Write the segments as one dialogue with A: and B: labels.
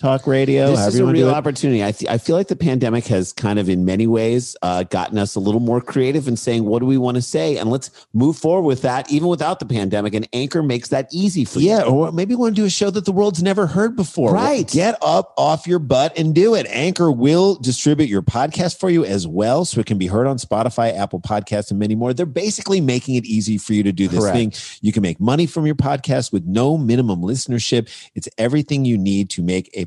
A: talk radio,
B: This
A: however
B: is
A: you
B: a
A: wanna do
B: real
A: it.
B: opportunity. I, th- I feel like the pandemic has kind of, in many ways, uh, gotten us a little more creative in saying, what do we want to say? And let's move forward with that, even without the pandemic. And Anchor makes that easy for you.
A: Yeah, or maybe you want to do a show that the world's never heard before.
B: Right.
A: Get up off your butt and do it. Anchor will distribute your podcast for you as well, so it can be heard on Spotify, Apple Podcasts, and many more. They're basically making it easy for you to do this
B: Correct.
A: thing. You can make money from your podcast with no minimum listenership. It's everything you need to make a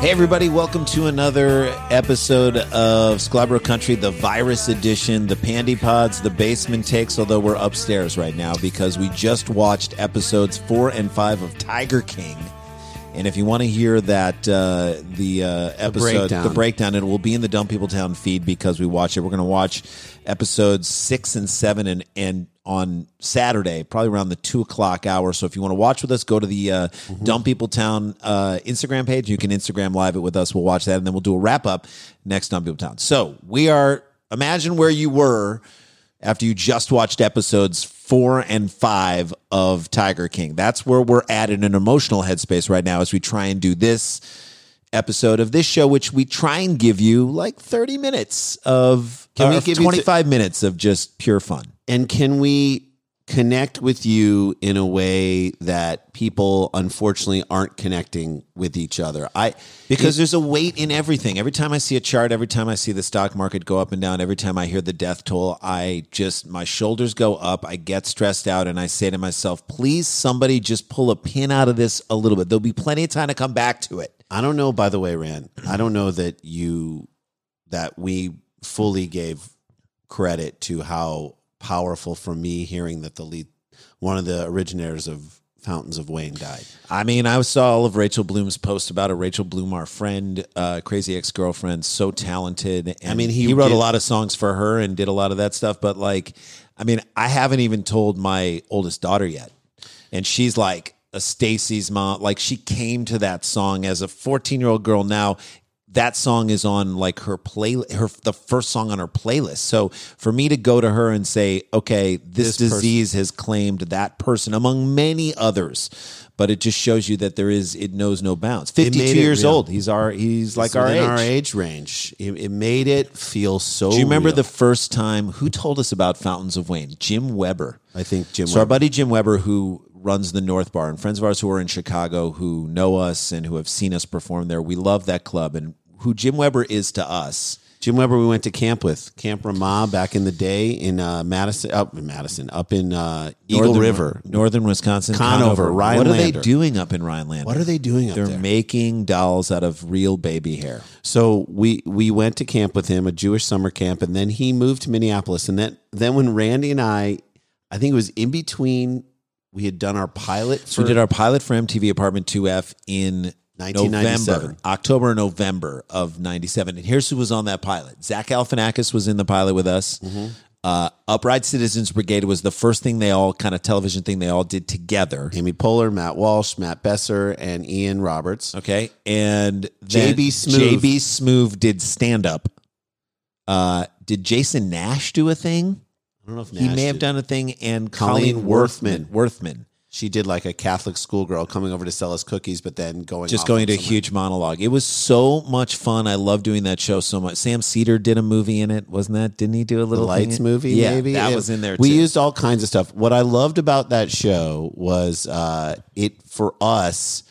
A: Hey, everybody, welcome to another episode of Sclabro Country, the virus edition, the Pandy Pods, the basement takes, although we're upstairs right now because we just watched episodes four and five of Tiger King. And if you want to hear that, uh, the uh, episode,
B: breakdown.
A: the breakdown, it will be in the Dumb People Town feed because we watch it. We're going to watch episodes six and seven and, and on Saturday, probably around the two o'clock hour. So if you want to watch with us, go to the uh, Dumb People Town uh, Instagram page. You can Instagram live it with us. We'll watch that and then we'll do a wrap up next Dumb People Town. So we are, imagine where you were after you just watched episodes four and five of Tiger King. That's where we're at in an emotional headspace right now as we try and do this episode of this show, which we try and give you like 30 minutes of,
B: Can we
A: or
B: give you
A: 25 minutes of just pure fun.
B: And can we connect with you in a way that people unfortunately aren't connecting with each other? I
A: Because there's a weight in everything. Every time I see a chart, every time I see the stock market go up and down, every time I hear the death toll, I just, my shoulders go up. I get stressed out and I say to myself, please, somebody just pull a pin out of this a little bit. There'll be plenty of time to come back to it.
B: I don't know by the way, Rand. I don't know that you that we fully gave credit to how powerful for me hearing that the lead one of the originators of Fountains of Wayne died.
A: I mean, I saw all of Rachel Bloom's post about it. Rachel Bloom, our friend, uh, crazy ex girlfriend, so talented. And
B: I mean, he
A: wrote
B: did-
A: a lot of songs for her and did a lot of that stuff. But like, I mean, I haven't even told my oldest daughter yet, and she's like a Stacy's mom. Like, she came to that song as a fourteen year old girl. Now, that song is on like her play her the first song on her playlist. So for me to go to her and say, okay, this,
B: This person-
A: disease disease has claimed that person among many others but it just shows you that there is it knows no bounds
B: It made
A: 52
B: it
A: years
B: real.
A: old he's our he's like
B: It's
A: our age.
B: within our age Oh, range. It, it made it feel so
A: do you remember
B: real.
A: the first time who told us about fountains of wayne jim weber
B: I think Jim
A: so
B: Webber-
A: our buddy Jim Weber, who runs the North Bar, and friends of ours who are in Chicago, who know us and who have seen us perform there, we love that club. And who Jim Weber is to us,
B: Jim Weber, we went to camp with Camp Ramah back in the day in uh, Madison, up in Madison, up in uh, Eagle
A: Northern-
B: River.
A: Northern Wisconsin,
B: Conover,
A: What are they
B: Rhinelander.
A: doing up in Rhinelander?
B: What are they doing up
A: They're
B: there?
A: making dolls out of real baby hair.
B: So we we went to camp with him, a Jewish summer camp, and then he moved to Minneapolis. And then then when Randy and I, I think it was in between, we had done our pilot.
A: So we did our pilot for MTV Apartment 2F in November,
B: 1997.
A: October, November of '97. And here's who was on that pilot. Zach Galifianakis was in the pilot with us.
B: Mm-hmm.
A: Uh, Upright Citizens Brigade was the first thing they all kind of television thing they all did together.
B: Amy Poehler, Matt Walsh, Matt Besser, and Ian Roberts.
A: Okay, and
B: JB Smoove.
A: JB Smoove did stand up. Uh, did Jason Nash do a thing?
B: I don't know if
A: he
B: Nash
A: may have
B: did.
A: done a thing. And Colleen,
B: Colleen
A: Worthman,
B: Worthman.
A: Worthman,
B: She did like a Catholic schoolgirl coming over to sell us cookies, but then going
A: just
B: off
A: going
B: on
A: to a
B: someone.
A: huge monologue. It was so much fun. I love doing that show so much. Sam Cedar did a movie in it, wasn't that? Didn't he do a
B: the
A: little thing?
B: lights movie.
A: Yeah,
B: maybe
A: that
B: It-
A: was in there.
B: We
A: too.
B: used all kinds of stuff. What I loved about that show was uh, it for us.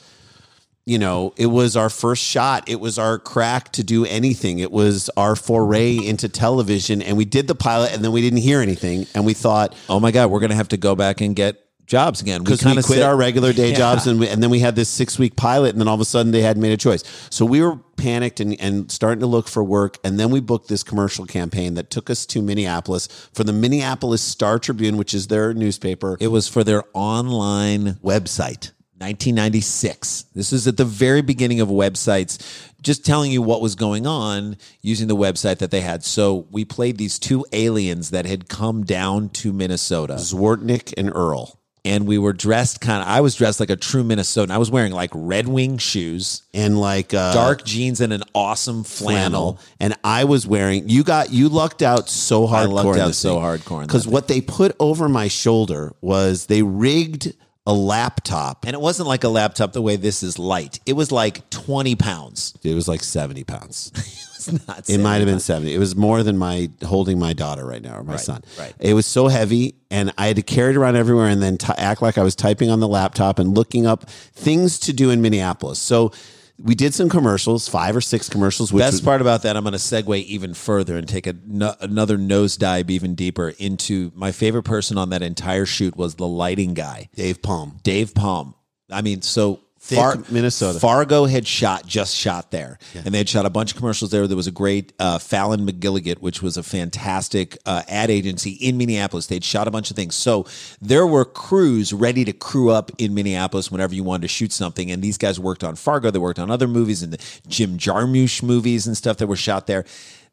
B: You know, it was our first shot. It was our crack to do anything. It was our foray into television, and we did the pilot, and then we didn't hear anything, and we thought
A: Oh my god, we're gonna have to go back and get jobs again
B: because we,
A: kinda
B: quit
A: said-
B: our regular day jobs, and we, and then we had this six week pilot, and then all of a sudden they hadn't made a choice. So we were panicked and, and starting to look for work, and then we booked this commercial campaign that took us to Minneapolis for the Minneapolis Star Tribune, which is their newspaper.
A: It was for their online
B: website.
A: 1996. This is at the very beginning of websites, just telling you what was going on using the website that they had. So we played these two aliens that had come down to Minnesota.
B: Zwartnik and Earl
A: And we were dressed kind of, I was dressed like a true Minnesotan. I was wearing like Red Wing shoes,
B: and like uh,
A: dark jeans, and an awesome
B: flannel.
A: flannel.
B: And I was wearing. You got you lucked out so hardcore.
A: I lucked out so hardcore. in that
B: because what they put over my shoulder was they rigged a laptop.
A: And it wasn't like a laptop the way this is light. It was like 20 pounds.
B: It was like seventy pounds.
A: It's not
B: It might have been seventy. It was more than my holding my daughter right now or my
A: Right,
B: son.
A: right.
B: It was so heavy, and I had to carry it around everywhere, and then t- act like I was typing on the laptop and looking up things to do in Minneapolis. So. We did some commercials, five or six commercials. Which was-
A: Best part about that, I'm going to segue even further and take a, no, another nosedive even deeper into my favorite person on that entire shoot was the lighting guy,
B: Dave Palm.
A: Dave Palm. I mean, so
B: Thick Minnesota.
A: Fargo had shot just shot there, and they had shot a bunch of commercials there. There was a great uh, Fallon McGilligan, which was a fantastic uh, ad agency in Minneapolis. They'd shot a bunch of things, so there were crews ready to crew up in Minneapolis whenever you wanted to shoot something. And these guys worked on Fargo, they worked on other movies and the Jim Jarmusch movies and stuff that were shot there.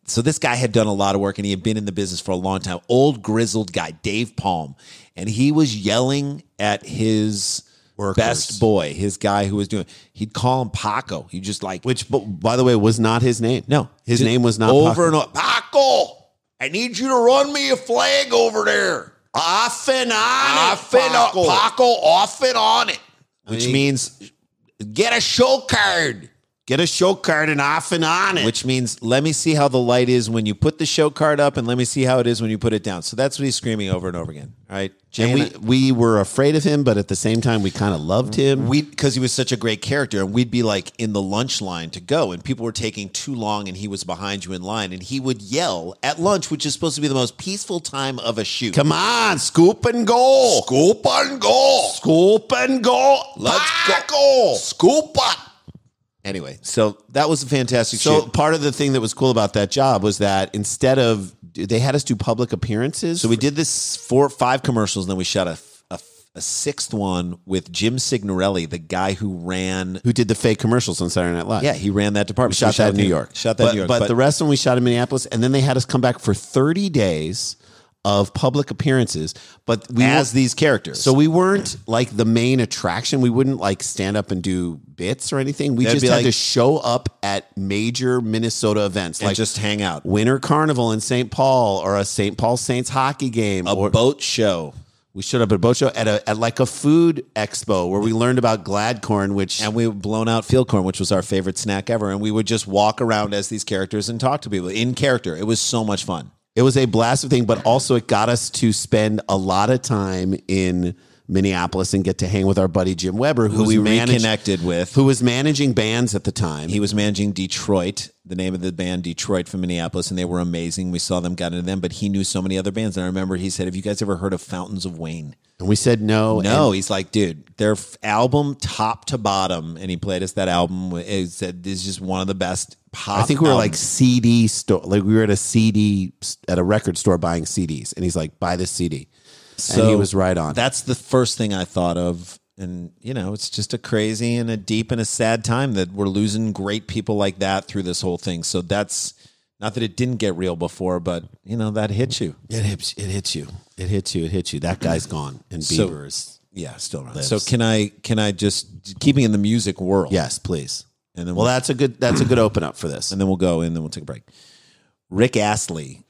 A: So this guy had done a lot of work and he had been in the business for a long time. Old grizzled guy, Dave Palm, and he was yelling at his
B: Workers.
A: best boy, his guy who was doing. He'd call him Paco. He just like
B: Which, bu- by the way, was not his name.
A: no,
B: his
A: Just
B: name was not
A: over
B: Paco.
A: and over. Paco, I need you to run me a flag over there.
B: Off and on, it,
A: Off and on,
B: Paco.
A: Paco, off and on it, which
B: mean-
A: means get a show card.
B: Get a show card and off and on it.
A: Which means let me see how the light is when you put the show card up, and let me see how it is when you put it down. So that's what he's screaming over and over again. All right,
B: and
A: Jana-
B: we we were afraid of him, but at the same time, we kind of loved him.
A: we because he was such a great character and we'd be like in the lunch line to go and people were taking too long and he was behind you in line and he would yell at lunch which is supposed to be the most peaceful time of a shoot
B: Come on, scoop and go,
A: scoop and go
B: scoop and go.
A: Let's go.
B: Paco.
A: scoop up anyway so that was a fantastic
B: So
A: shoot
B: part of the thing that was cool about that job was that instead of they had us do public appearances,
A: so we did this four five commercials and then we shot a, a, a sixth one with jim signorelli the guy who ran
B: who did the fake commercials on Saturday Night Live.
A: yeah he ran that department
B: We shot that in New York.
A: shot that
B: but,
A: in new york
B: But, the rest of them we shot in Minneapolis, and then they had us come back for 30 days of public appearances. But we
A: as
B: weren't-
A: these characters
B: so we weren't like the main attraction. We wouldn't like stand up and do bits or anything. We
A: That'd
B: just
A: be
B: had
A: like-
B: to show up at major Minnesota events,
A: and
B: like
A: just hang out
B: Winter Carnival in St. Paul or a St. Paul Saints hockey game.
A: a
B: or
A: boat show
B: we showed up at a boat show at a at like a food expo where we learned about Gladcorn, which
A: and we were blown out field corn, which was our favorite snack ever. And we would just walk around as these characters and talk to people in character. It was so much fun.
B: it was a blast of thing, but also it got us to spend a lot of time in Minneapolis and get to hang with our buddy Jim Weber, who,
A: Who we
B: was manage-
A: reconnected with.
B: who was managing bands at the time.
A: He was managing Detroit, the name of the band Detroit from Minneapolis, and they were amazing. We saw them, got into them, but he knew so many other bands. And I remember he said, "Have you guys ever heard of Fountains of Wayne?"
B: and we said no,
A: No,
B: and-
A: he's like, dude, their f- album top to bottom, and he played us that album. He said, "This is just one of the best pop."
B: I think we were like
A: albums."
B: CD store, like we were at a CD at a record store buying CDs, and he's like, "Buy this CD," and he was right on.
A: That's the first thing I thought of And you know, it's just a crazy and a deep and a sad time that we're losing great people like that through this whole thing. So that's not that it didn't get real before, but you know, that hits you.
B: It hits. It hits you. It hits you. It hits you. That guy's gone, and
A: So-
B: Bieber is.
A: Yeah, still around.
B: Lives.
A: So can I can I just keeping in the music world?
B: Yes, please.
A: And then
B: Well,
A: we'll,
B: that's a good. That's a good open up for this.
A: and then we'll go and then we'll take a break. Rick Astley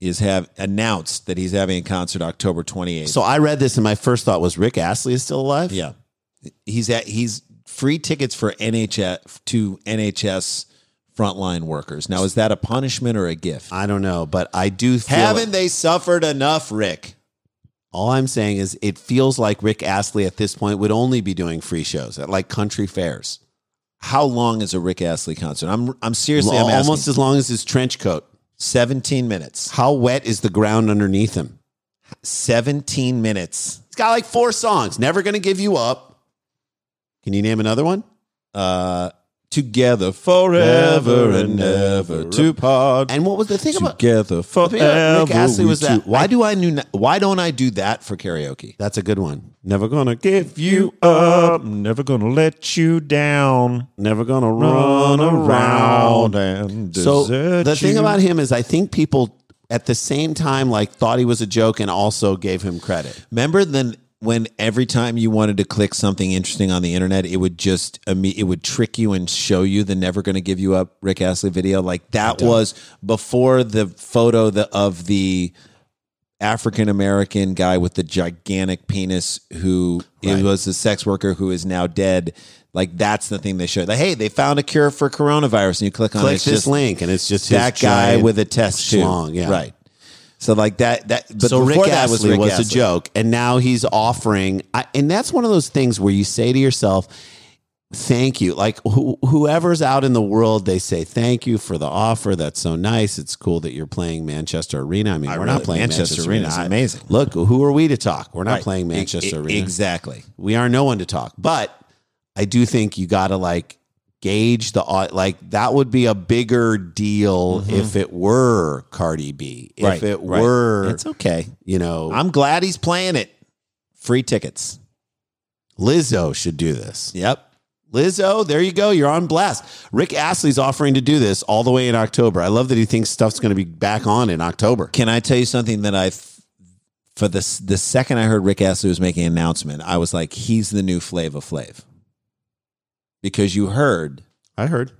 A: is have announced that he's having a concert October 28th.
B: So I read this, and my first thought was Rick Astley is still alive.
A: yeah. He's at he's free tickets for NHS to NHS frontline workers. Now is that a punishment or a gift?
B: I don't know, but I do. Feel
A: Haven't they suffered enough, Rick?
B: All I'm saying is, it feels like Rick Astley at this point would only be doing free shows at like country fairs,
A: How long is a Rick Astley concert? I'm I'm seriously I'm
B: almost
A: almost
B: as long as his trench coat.
A: 17 minutes.
B: How wet is the ground underneath him?
A: 17 minutes.
B: He's got like four songs. Never gonna give you up. Can you name another one?
A: Uh together forever and ever to part.
B: And what was the thing about?
A: together
B: thing about
A: forever.
B: Rick Astley
A: we
B: was that-
A: two. Why do I knew? Why don't I do that for karaoke?
B: That's a good one. Never gonna give you
A: up, never gonna let you down.
B: Never gonna
A: and
B: So the thing about him is, I think people at the same time like thought he was a joke and also gave him credit.
A: remember then when every time you wanted to click something interesting on the internet, it would just imme- it would trick you and show you the "Never Gonna Give You Up" Rick Astley video. Like that was before the photo the, of the African American guy with the gigantic penis who it was a sex worker who is now dead. Like that's the thing they showed. Like, hey, they found a cure for coronavirus, and you click on it,
B: Click
A: it's
B: this
A: just
B: link, and it's just his
A: that guy
B: giant
A: with a test tube,
B: schlong, yeah.
A: right? So like that that. But
B: so Rick
A: before that
B: Astley was,
A: Rick
B: a
A: Astley.
B: joke, and now he's offering. I, and that's one of those things where you say to yourself, "Thank you." Like who, whoever's out in the world, they say, "Thank you for the offer. That's so nice. It's cool that you're playing Manchester Arena." I mean,
A: I
B: we're
A: really-
B: not playing
A: Manchester
B: Manchester,
A: Arena
B: Arena.
A: is
B: I-
A: amazing.
B: Look, who are we to talk? We're not
A: Right.
B: playing
A: E-
B: Manchester
A: e-
B: Arena.
A: Exactly.
B: we are no one to talk. But I do think you got to like gauge the au- like that would be a bigger deal if it were Cardi B. If
A: Mm-hmm. Right,
B: it
A: right.
B: were,
A: It's okay.
B: you know,
A: I'm glad he's playing it. Free tickets.
B: Lizzo should do this.
A: Yep.
B: Lizzo, there you go. You're on blast. Rick Astley's offering to do this all the way in October. I love that he thinks stuff's going to be back on in October.
A: Can I tell you something that I, for this, the second I heard Rick Astley was making an announcement, I was like, he's the new Flava Flav. Because you heard
B: I heard.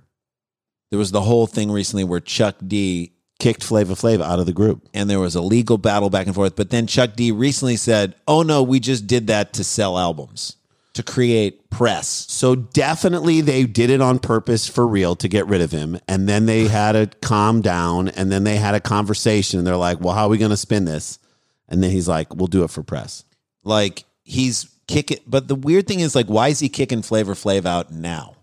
A: there was the whole thing recently where Chuck D
B: Kicked Flava Flav out of the group.
A: and there was a legal battle back and forth. But then Chuck D recently said, oh no, we just did that to sell albums, to create press.
B: So definitely they did it on purpose for real to get rid of him. And then they had to calm down and then they had a conversation and they're like, well, how are we going to spin this? And then he's like, we'll do it for press.
A: Like he's kicking. But the weird thing is, like, why is he kicking Flavor Flav out now?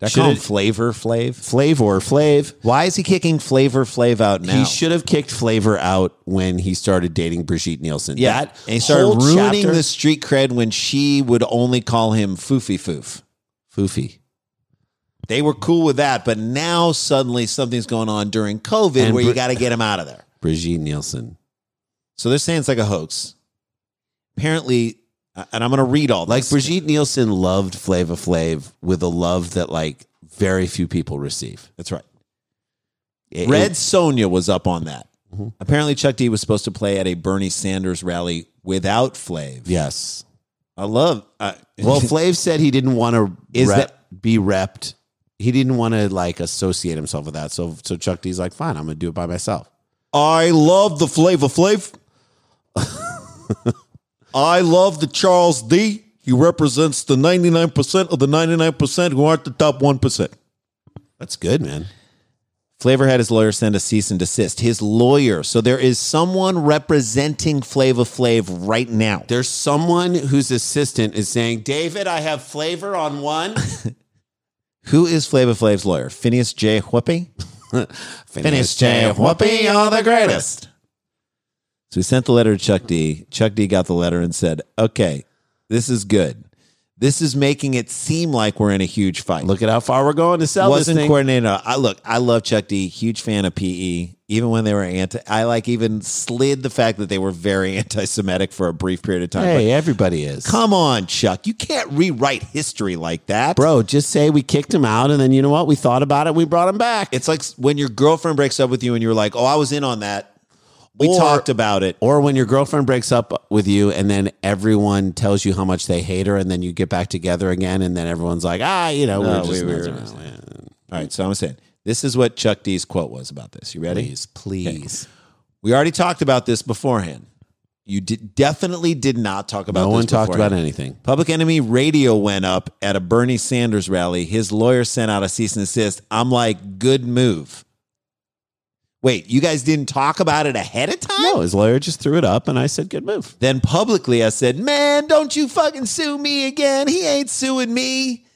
A: Did I
B: Should
A: call him
B: it-
A: Flavor Flav?
B: Flavor Flav.
A: Why is he kicking Flavor Flav out now?
B: He should have kicked Flavor out when he started dating Brigitte Nielsen.
A: Yeah,
B: That
A: and he started
B: whole
A: ruining
B: chapter-
A: the street cred when she would only call him Foofy Foof.
B: foofy.
A: They were cool with that, but now suddenly something's going on during COVID
B: And
A: where you
B: Brit-
A: got to get him out of there.
B: Brigitte Nielsen.
A: So they're saying it's like a hoax. Apparently, and I'm going to read all
B: Like
A: this.
B: Brigitte Nielsen loved Flava Flav with a love that like very few people receive.
A: That's right.
B: It- Mm-hmm.
A: Red
B: it-
A: Sonia was up on that. Apparently, Chuck D was supposed to play at a Bernie Sanders rally without Flav.
B: yes.
A: I love. Uh,
B: Well, Flav said he didn't want to
A: Is
B: be repped. He didn't want to like associate himself with that. So so Chuck D's like, fine, I'm gonna do it by myself.
A: I love the Flavor Flav. I love the Charles D. He represents the 99% of the 99% who aren't the top 1%.
B: That's good, man.
A: Flavor had his lawyer send a cease and desist. His lawyer. So there is someone representing Flavor Flav right now.
B: There's someone whose assistant is saying, David, I have flavor on one.
A: Who is Flavor Flav's lawyer? Phineas J. Whoopi?
B: Finish J. Whoopi, you're the greatest.
A: So he sent the letter to Chuck D. Chuck D got the letter and said, okay, this is good. This is making it seem like we're in a huge fight.
B: Look at how far we're going to sell this
A: wasn't
B: thing.
A: coordinated. I look, I love Chuck D. Huge fan of PE. Even when they were anti, I like even slid the fact that they were very anti-Semitic for a brief period of time.
B: hey, everybody is.
A: But come on, Chuck, you can't rewrite history like that,
B: Bro, just say we kicked him out, and then you know what? We thought about it. We brought him back.
A: It's like when your girlfriend breaks up with you, and you're like, "Oh, I was in on that. We
B: Or-
A: talked about it."
B: Or when your girlfriend breaks up with you and then everyone tells you how much they hate her and then you get back together again and then everyone's like, ah, you know,
A: No,
B: we're just
A: we were- All right, so I'm saying this is what Chuck D's quote was about this. You ready?
B: please, please.
A: We already talked about this beforehand. You did, definitely did not talk about
B: No
A: this
B: one talked
A: beforehand.
B: about anything.
A: Public Enemy radio went up at a Bernie Sanders rally. His lawyer sent out a cease and desist. I'm like, good move. Wait, you guys didn't talk about it ahead of time?
B: No, his lawyer just threw it up and I said, good move.
A: Then publicly, I said, man, don't you fucking sue me again. He ain't suing me.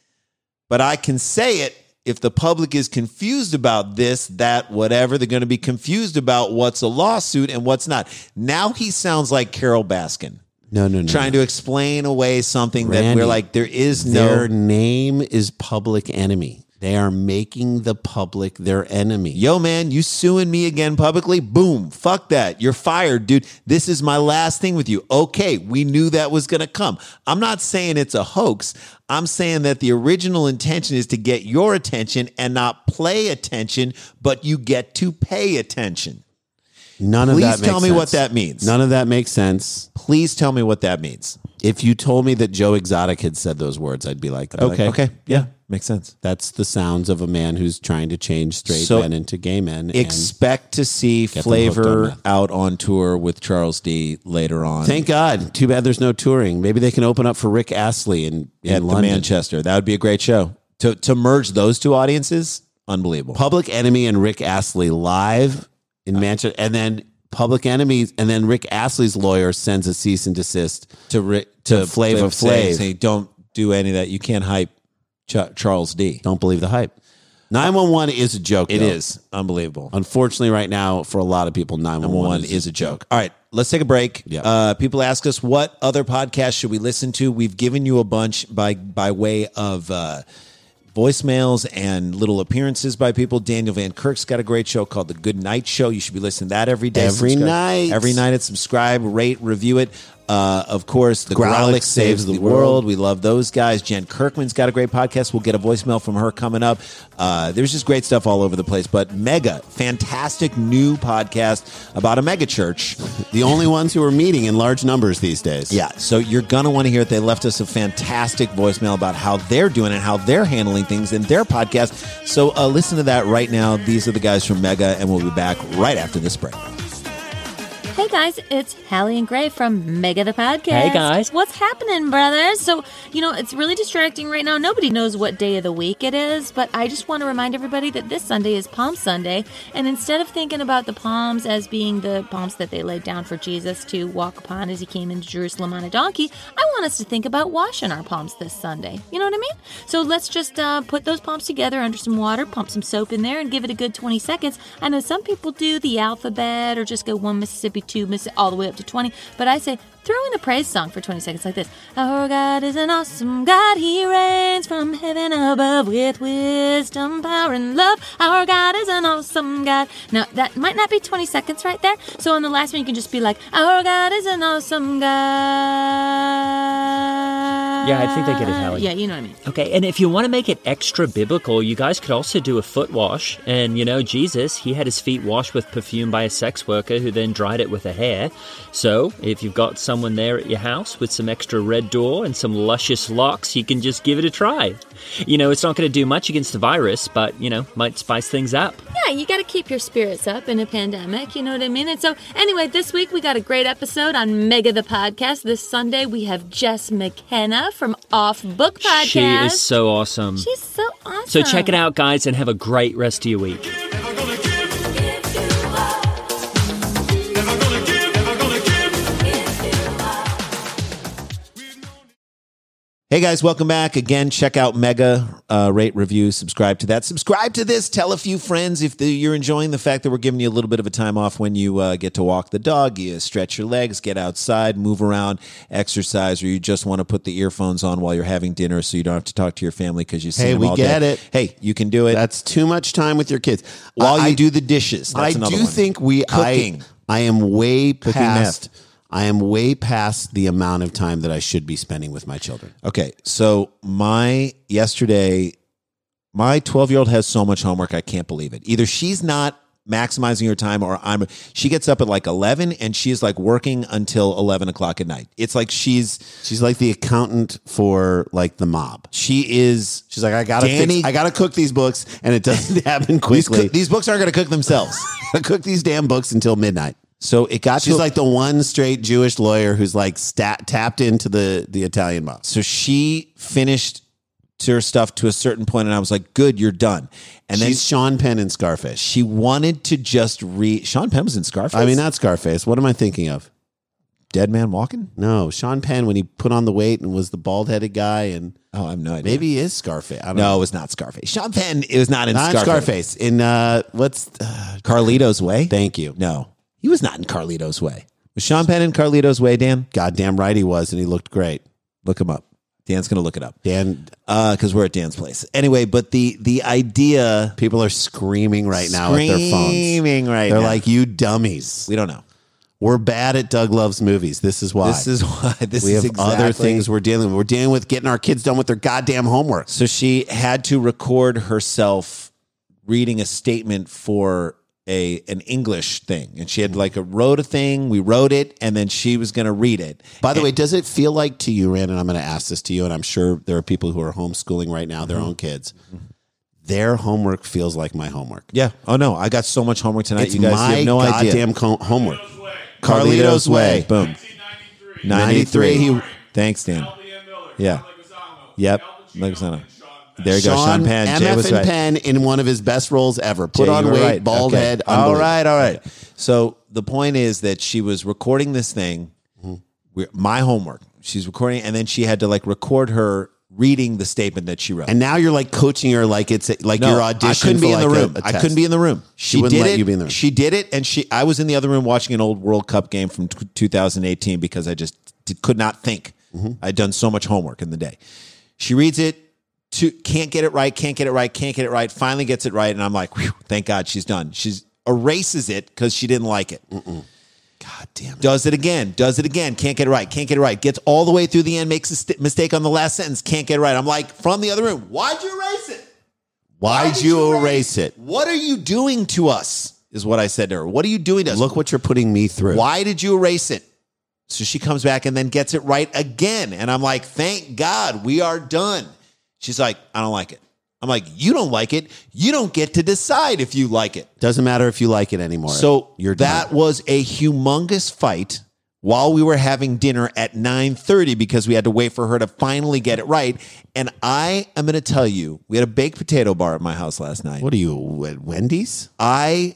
A: But I can say it if the public is confused about this, that, whatever. They're going to be confused about what's a lawsuit and what's not. Now he sounds like Carol Baskin.
B: No, no, no.
A: Trying to explain away something that
B: Mm. Randy,
A: we're like, there is no
B: Their name is public enemy. They are making the public their enemy.
A: Yo, man, you suing me again publicly? Boom. Fuck that. You're fired, dude. This is my last thing with you. Okay, we knew that was going to come. I'm not saying it's a hoax. I'm saying that the original intention is to get your attention and not play attention, but you get to pay attention.
B: None of
A: Please
B: that. makes
A: tell me what
B: sense.
A: that means.
B: None of that makes sense.
A: Please tell me what that means.
B: If you told me that Joe Exotic had said those words, I'd be like,
A: Like,
B: okay,
A: okay. Yeah. Makes sense.
B: That's the sounds of a man who's trying to change straight
A: So-
B: men into gay men. and
A: Expect to see
B: them hooked on
A: Flavor
B: meth.
A: out on tour with Charles D later on.
B: thank God. Too bad there's no touring. Maybe they can open up for Rick Astley in, in
A: at the
B: London.
A: Manchester. That would be a great show. To to merge those two audiences, unbelievable. Uh,
B: Public Enemy and Rick Astley live in Manchester, and then Public Enemy, and then Rick Astley's lawyer sends a cease and desist.
A: to ri- to
B: Flavor
A: Flav say,
B: Flav.
A: say, don't do any of that. You can't hype Ch- Charles D.
B: Don't believe the hype. Nine one one is a joke.
A: It
B: though.
A: is unbelievable.
B: Unfortunately, right now for a lot of people, nine one
A: One is a joke. All right, let's take a break.
B: Yeah.
A: Uh, people ask us what other podcasts should we listen to. We've given you a bunch by by way of. Uh, voicemails and little appearances by people. Daniel Van Kirk's got a great show called The Good Night Show. You should be listening to that every day.
B: Every
A: Subscribe-
B: night.
A: Every night. It's subscribe, rate, review it. Uh, of course, The Growlick, Saves, the, world. We love those guys. Jen Kirkman's got a great podcast. We'll get a voicemail from her coming up. Uh, there's just great stuff all over the place. But Mega, fantastic new podcast about a mega church.
B: the only ones who are meeting in large numbers these days.
A: Yeah, so you're going to want to hear it. They left us a fantastic voicemail about how they're doing and how they're handling things in their podcast. So uh, listen to that right now. These are the guys from Mega, and we'll be back right after this break.
C: Hey guys, it's Hallie and Gray from Mega the Podcast.
D: Hey, guys.
C: What's happening, brothers? So, you know, it's really distracting right now. Nobody knows what day of the week it is, but I just want to remind everybody that this Sunday is Palm Sunday. And instead of thinking about the palms as being the palms that they laid down for Jesus to walk upon as he came into Jerusalem on a donkey, I want us to think about washing our palms this Sunday. You know what I mean? So let's just uh, put those palms together under some water, pump some soap in there, and give it a good 20 seconds. I know some people do the alphabet or just go one Mississippi, two Mississippi, all the way up to 20. But I say, throw in a praise song for 20 seconds like this. Our God is an awesome God. He reigns from heaven above with wisdom, power, and love. Our God is an awesome God. Now, that might not be 20 seconds right there. So on the last one, you can just be like, Our God is an awesome God.
D: Yeah, I think they get it, Hallie.
C: Yeah, you know what I mean.
D: Okay, and if you want to make it extra biblical, you guys could also do a foot wash. And you know, Jesus, he had his feet washed with perfume by a sex worker who then dried it with her hair. So, if you've got someone there at your house with some extra red door and some luscious locks, you can just give it a try. You know, it's not going to do much against the virus, but you know, might spice things up.
C: yeah, you got to keep your spirits up in a pandemic. You know what I mean? And so, anyway, this week we got a great episode on Mega the Podcast. This Sunday we have Jess McKenna from Off Book Podcast.
D: She is so awesome.
C: She's so awesome.
D: so, check it out, guys, and have a great rest of your week.
A: Hey guys, welcome back again. Check out Mega, uh, rate, review, subscribe to that. Subscribe to this. Tell a few friends if the, you're enjoying the fact that we're giving you a little bit of a time off when you uh, get to walk the dog. You stretch your legs, get outside, move around, exercise, or you just want to put the earphones on while you're having dinner so you don't have to talk to your family because you see
B: Hey,
A: them
B: we
A: all
B: get
A: day.
B: it.
A: Hey, you can do it
B: That's too much time with your kids
A: while
B: I-
A: you do the dishes. That's
B: I
A: another
B: do
A: one.
B: think we
A: Cooking.
B: I I am way
A: meth.
B: past I am way past the amount of time that I should be spending with my children.
A: Okay, so my yesterday, my twelve-year-old has so much homework, I can't believe it. Either she's not maximizing her time, or I'm. She gets up at like eleven, and she's like working until eleven o'clock at night. It's like she's
B: She's like the accountant for like the mob.
A: she is.
B: She's like I got to
A: Danny-
B: fix, I got to cook these books and it doesn't happen
A: These, coo-
B: quickly.
A: these books aren't going to cook themselves.
B: I cook these damn books until midnight.
A: So it got
B: She's
A: to
B: like the one straight Jewish lawyer who's like stat, tapped into the the Italian mob.
A: so she finished her stuff to a certain point, and I was like, "Good, you're done." And
B: And
A: then
B: then Sean Penn and Scarfish.
A: she wanted to just read. Sean Penn was in Scarface.
B: I mean, not Scarface. What am I thinking of?
A: Dead Man Walking.
B: No, Sean Penn when he put on the weight and was the bald headed guy, and
A: Oh, I have no idea.
B: maybe he is Scarface. I don't
A: No,
B: know.
A: it was not Scarface. Sean Penn. It was not in
B: not
A: Scarface.
B: Scarface. In uh, what's uh,
A: Carlito's Way.
B: thank you.
A: no, he was not in Carlito's Way. Was Sean Penn in Carlito's Way? Dan,
B: Goddamn right he was, and he looked great.
A: look him up. Dan's gonna look it up
B: Dan,
A: because Uh, we're at Dan's place anyway. But the the idea
B: people are screaming right now at their phones.
A: Screaming right.
B: They're
A: now.
B: like, "You dummies!
A: we don't know.
B: We're bad at Doug Love's movies. This is why.
A: This is why this
B: we
A: is
B: have
A: exactly.
B: other things we're dealing with. We're dealing with getting our kids done with their goddamn homework.
A: So she had to record herself reading a statement for a an English thing, and she had like a wrote a thing. We wrote it, and then she was gonna read it.
B: By the way, does it feel like to you, Rand, and I'm going to ask this to you, and I'm sure there are people who are homeschooling right now,
A: Mm-hmm.
B: their own kids. Their homework feels like my homework.
A: Yeah. Oh no, I got so much homework tonight.
B: It's
A: you guys
B: my
A: you have no idea.
B: goddamn co- homework.
A: Carlito's Way. Boom.
E: 1993.
A: 93.
B: 93.
A: Thanks, Dan.
E: LDM Miller.
A: Yeah.
E: John Leguizamo,
A: Yep.
E: Al Pacino,
A: Leguizamo.
E: and Sean Penn.
A: There you go. Sean Penn.
B: MF
A: Jay was
B: and
A: right.
B: Penn in one of his best roles ever. Put
A: Jay,
B: on
A: you were
B: weight,
A: right.
B: bald
A: Okay.
B: head.
A: All
B: unbelievable.
A: right. All right. So the point is that she was recording this thing, we- my homework. She's recording, it, and then she had to like record her reading the statement that she wrote.
B: And now you're like coaching her like it's like
A: No,
B: your audition.
A: I couldn't
B: for,
A: be in
B: like,
A: the
B: a-
A: room.
B: a
A: I
B: test.
A: couldn't be in the room. She,
B: wouldn't
A: did
B: let
A: it.
B: you be in the room.
A: She did it, and she. I was in the other room watching an old World Cup game from t- 2018 because I just d- could not think. I'd done so much homework in the day. She reads it. To, can't get it right. Can't get it right. Can't get it right. Finally gets it right, and I'm like, "Whew, thank God she's done. She's erases it because she didn't like it.
B: God damn it.
A: Does it again. Does it again. Can't get it right. Can't get it right. Gets all the way through the end. Makes a st- mistake on the last sentence. Can't get it right. I'm like, from the other room. Why'd you erase it?
B: Why'd
A: did
B: you erase it?
A: What are you doing to us? Is what I said to her. What are you doing to us?
B: Look what you're putting me through.
A: why did you erase it? So she comes back and then gets it right again. And I'm like, thank God we are done. She's like, I don't like it. I'm like, you don't like it. You don't get to decide if you like it.
B: Doesn't matter if you like it anymore.
A: So
B: you're
A: that
B: done.
A: was a humongous fight while we were having dinner at 9:30 because we had to wait for her to finally get it right. And I am going to tell you, we had a baked potato bar at my house last night.
B: What are you at Wendy's?
A: I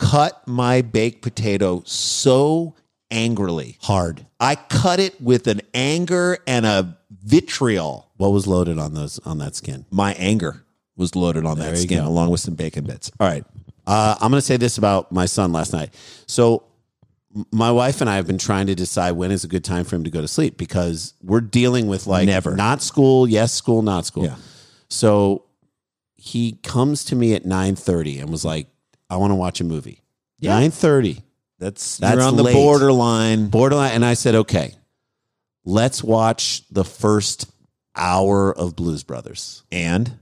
A: cut my baked potato so angrily.
B: Hard.
A: I cut it with an anger and a vitriol.
B: What was loaded on those on that skin?
A: My anger was loaded on that
B: you
A: skin
B: go.
A: along with some bacon bits. All right.
B: Uh, I'm going to say this about my son last night. So, m- my wife and I have been trying to decide when is a good time for him to go to sleep because we're dealing with like
A: Never.
B: not school, yes school, not school.
A: Yeah.
B: So he comes to me at 9:30 and was like, "I want to watch a movie." 9:30,
A: That's,
B: That's
A: you're on the
B: late.
A: borderline.
B: borderline, and I said, "Okay, let's watch the first hour of Blues Brothers."
A: And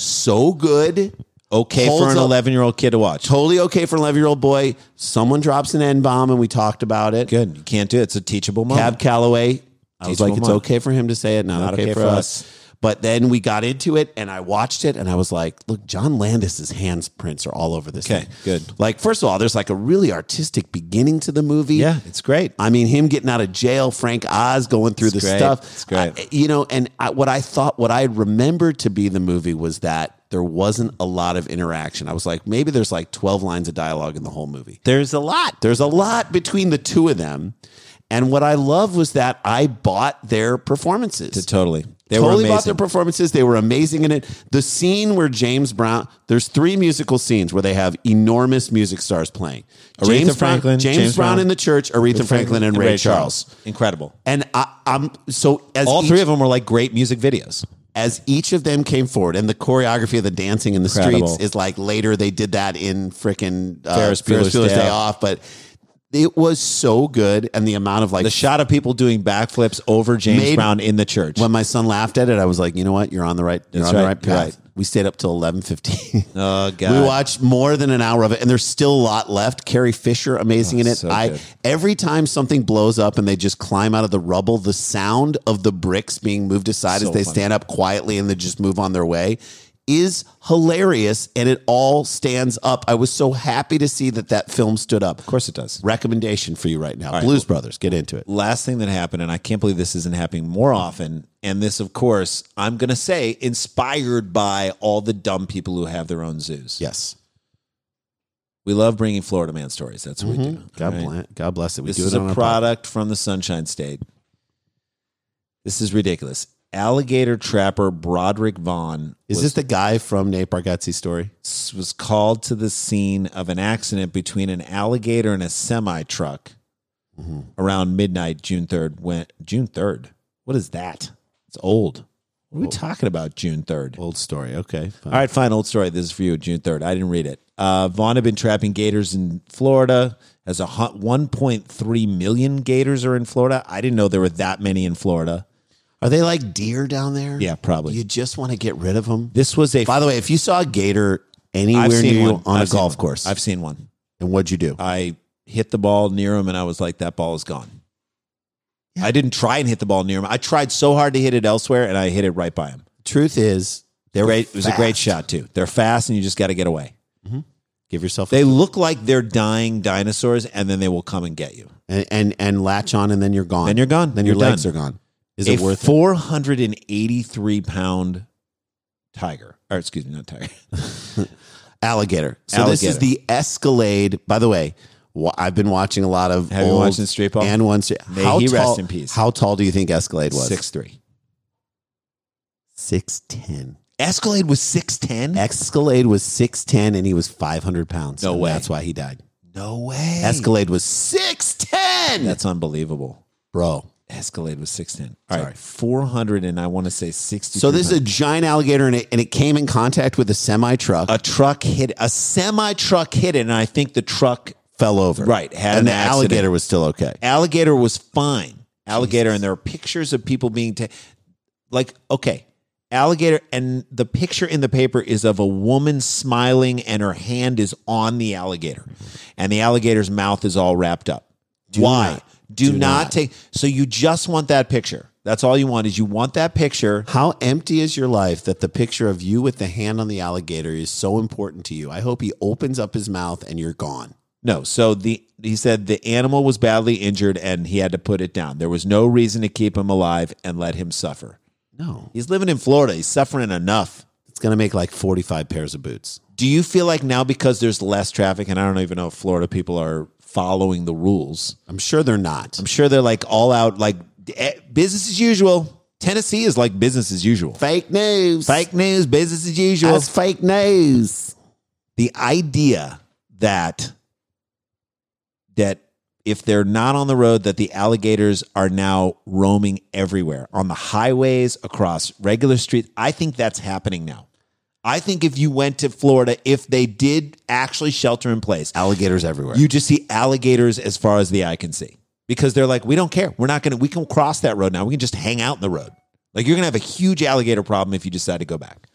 B: So good,
A: okay for
B: Holds
A: an
B: up.
A: 11 year old kid to watch.
B: totally okay for an 11 year old boy. Someone drops an n bomb, and we talked about it.
A: Good. You can't do it. It's a teachable
B: Cab
A: moment.
B: Calloway. I was
A: Teachable
B: like, it's
A: moment.
B: okay for him to say it, not, okay, for us. But then we got into it, and I watched it, and I was like, look, John Landis's hands prints are all over this.
A: Okay,
B: thing.
A: good.
B: Like, first of all, there's like a really artistic beginning to the movie.
A: Yeah, it's great.
B: I mean, him getting out of jail, Frank Oz going through
A: It's
B: the
A: great.
B: stuff.
A: It's great.
B: I- you know, and I, what I thought, what I remembered to be the movie was that there wasn't a lot of interaction. I was like, maybe there's like 12 lines of dialogue in the whole movie.
A: There's a lot.
B: There's a lot between the two of them. And what I love was that I bought their performances.
A: Totally. They
B: totally
A: were
B: bought their
A: amazing.
B: performances. They were amazing in it. The scene where James Brown, there's three musical scenes where they have enormous music stars playing.
A: Aretha
B: James Brown,
A: Franklin,
B: James,
A: James
B: Brown,
A: Brown,
B: in the church, Aretha Franklin, and Ray, Charles.
A: Incredible.
B: And I, I'm so as
A: All
B: each-
A: three of them were like great music videos.
B: as each of them came forward, and the choreography of the dancing in the
A: Incredible.
B: streets is like later they did that in frickin' uh,
A: Ferris Bueller's Day
B: Day
A: Off.
B: Off, but it was so good, and the amount of like
A: The shot of people doing backflips over James
B: Made-
A: Brown in the church.
B: when my son laughed at it, I was like, you know what, you're on the right, you're
A: That's
B: on the
A: right.
B: right
A: You're
B: path.
A: right.
B: We stayed up till eleven fifteen.
A: oh god.
B: We watched more than an hour of it, and there's still a lot left. Carrie Fisher, amazing in it.
A: Oh, so
B: I
A: good.
B: every time something blows up and they just climb out of the rubble, the sound of the bricks being moved aside as
A: So
B: they
A: funny.
B: stand up quietly and they just move on their way is hilarious, and it all stands up. I was so happy to see that that film stood up. Of
A: course it does.
B: Recommendation for you right now, Blues Brothers. Get into it.
A: last thing that happened, and I can't believe this isn't happening more often. And this, of course, I'm going to say, inspired by all the dumb people who have their own zoos.
B: Yes.
A: We love bringing Florida man stories. That's what we do.
B: God
A: Mm-hmm. All right?
B: bless. God bless it. We
A: This
B: do
A: is
B: it on
A: a
B: our pod-
A: product from the Sunshine State. This is ridiculous. Alligator trapper Broderick Vaughn
B: Is
A: was
B: this the guy from Nate Bargatze's story?
A: s- was called to the scene of an accident between an alligator and a semi truck
B: Mm-hmm.
A: around midnight, June third. When June third? What is that? It's old. What are we talking about? June third.
B: Old story. Okay. fine.
A: All right, fine. Old story. This is for you, June 3rd. I didn't read it. Uh, Vaughn had been trapping gators in Florida. As a hu- 1.3 million gators are in Florida. I didn't know there were that many in Florida.
B: Are they like deer down there?
A: Yeah, probably.
B: You just want to get rid of them.
A: This was a.
B: By the way, if you saw a gator
A: I've
B: anywhere near
A: seen
B: you
A: one.
B: on
A: I've
B: a
A: seen
B: golf
A: one.
B: course,
A: I've seen Uh, one.
B: and what'd you do?
A: I hit the ball near him, and I was like, "That ball is gone." I didn't try and hit the ball near him. I tried so hard to hit it elsewhere, and I hit it right by him.
B: Truth is, they're
A: Great, it was a great
B: fast.
A: shot too. They're fast, and you just got to get away.
B: Give yourself
A: They
B: a,
A: look like they're dying dinosaurs, and then they will come and get you.
B: and, and and latch on, and then you're gone.
A: Then you're gone.
B: Then your
A: You're
B: legs
A: done.
B: are gone. Is
A: a
B: it worth it?
A: 483 pound tiger. Or excuse me, not tiger.
B: Alligator. So this is
A: Alligator.
B: the Escalade. By the way, wh- I've been watching a lot of
A: Have you
B: old
A: watched the street ball?
B: and one. Street.
A: May he rest
B: tall,
A: in peace.
B: How tall do you think Escalade was?
A: Six three.
B: six ten.
A: Escalade was six ten.
B: Escalade was six ten, and he was five hundred pounds.
A: No
B: And
A: way.
B: That's why he died.
A: No way.
B: Escalade was six ten.
A: That's unbelievable.
B: bro.
A: Escalade was six ten. All right, four hundred and I want to say sixty.
B: So this is a giant alligator, and it, and it came in contact with a semi truck,
A: a truck hit a semi truck hit it, and I think the truck
B: fell over.
A: Right, had
B: and
A: an
B: the
A: accident.
B: alligator was still okay.
A: alligator was fine. Alligator, and there are pictures of people being ta- like, okay, alligator, and the picture in the paper is of a woman smiling, and her hand is on the alligator, and the alligator's mouth is all wrapped up. Why?
B: not.
A: Do, not,
B: Do not.
A: take. So you just want that picture. That's all you want is you want that picture.
B: How empty is your life that the picture of you with the hand on the alligator is so important to you? I hope he opens up his mouth and you're gone.
A: No. So the he said the animal was badly injured and he had to put it down. There was no reason to keep him alive and let him suffer.
B: No,
A: He's living in Florida. He's suffering enough.
B: it's gonna make like forty five pairs of boots.
A: Do you feel like now because there's less traffic, and I don't even know if Florida people are following the rules?
B: I'm sure they're not.
A: I'm sure they're like all out, like eh, business as usual. Tennessee is like business as usual.
B: fake news.
A: Fake news, business as usual.
B: That's fake news.
A: the idea that that if they're not on the road that the alligators are now roaming everywhere on the highways across regular streets i think that's happening now i think if you went to florida if they did actually shelter in place
B: Alligators everywhere.
A: you just see alligators as far as the eye can see because they're like, we don't care. We're not going to, we can cross that road now. We can just hang out in the road. Like, you're going to have a huge alligator problem if you decide to go back.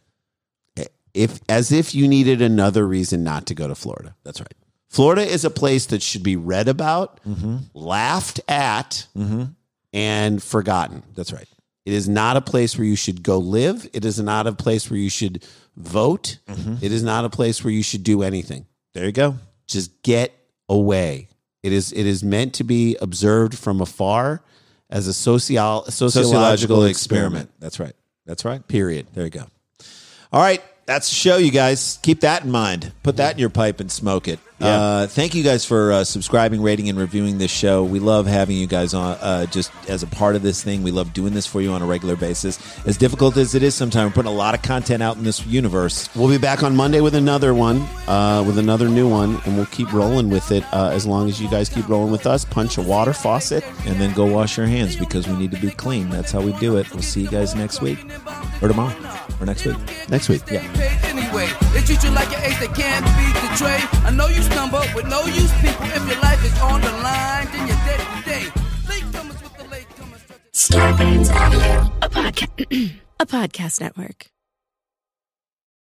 B: if as if you needed another reason not to go to Florida.
A: That's right.
B: Florida is a place that should be read about,
A: Mm-hmm.
B: laughed at, and forgotten.
A: That's right.
B: It is not a place where you should go live. It is not a place where you should vote. It is not a place where you should do anything.
A: Mm-hmm. There you go.
B: Just get away. It is it is meant to be observed from afar as a sociol- sociological experiment.
A: That's right. That's right.
B: Period.
A: There you go. All right. That's the show, you guys. Keep that in mind. Put that in your pipe and smoke it. Uh, thank you guys for uh, subscribing, rating, and reviewing this show. We love having you guys on, uh, just as a part of this thing. We love doing this for you on a regular basis. As difficult as it is, sometimes we're putting a lot of content out in this universe.
B: We'll be back on Monday with another one, uh, with another new one, and we'll keep rolling with it uh, as long as you guys keep rolling with us. Punch a water faucet.
A: And then go wash your hands because we need to be clean. That's how we do it. We'll see you guys next week, or tomorrow, or next week.
B: Next week.
A: Yeah.
E: paid anyway. They treat you like an ace, they can't beat the tray. I know you stumble with no use, people. If your life is on the line, then you're dead today. Late comers with the late comers.
F: Scorpions Audio.
G: a podcast network.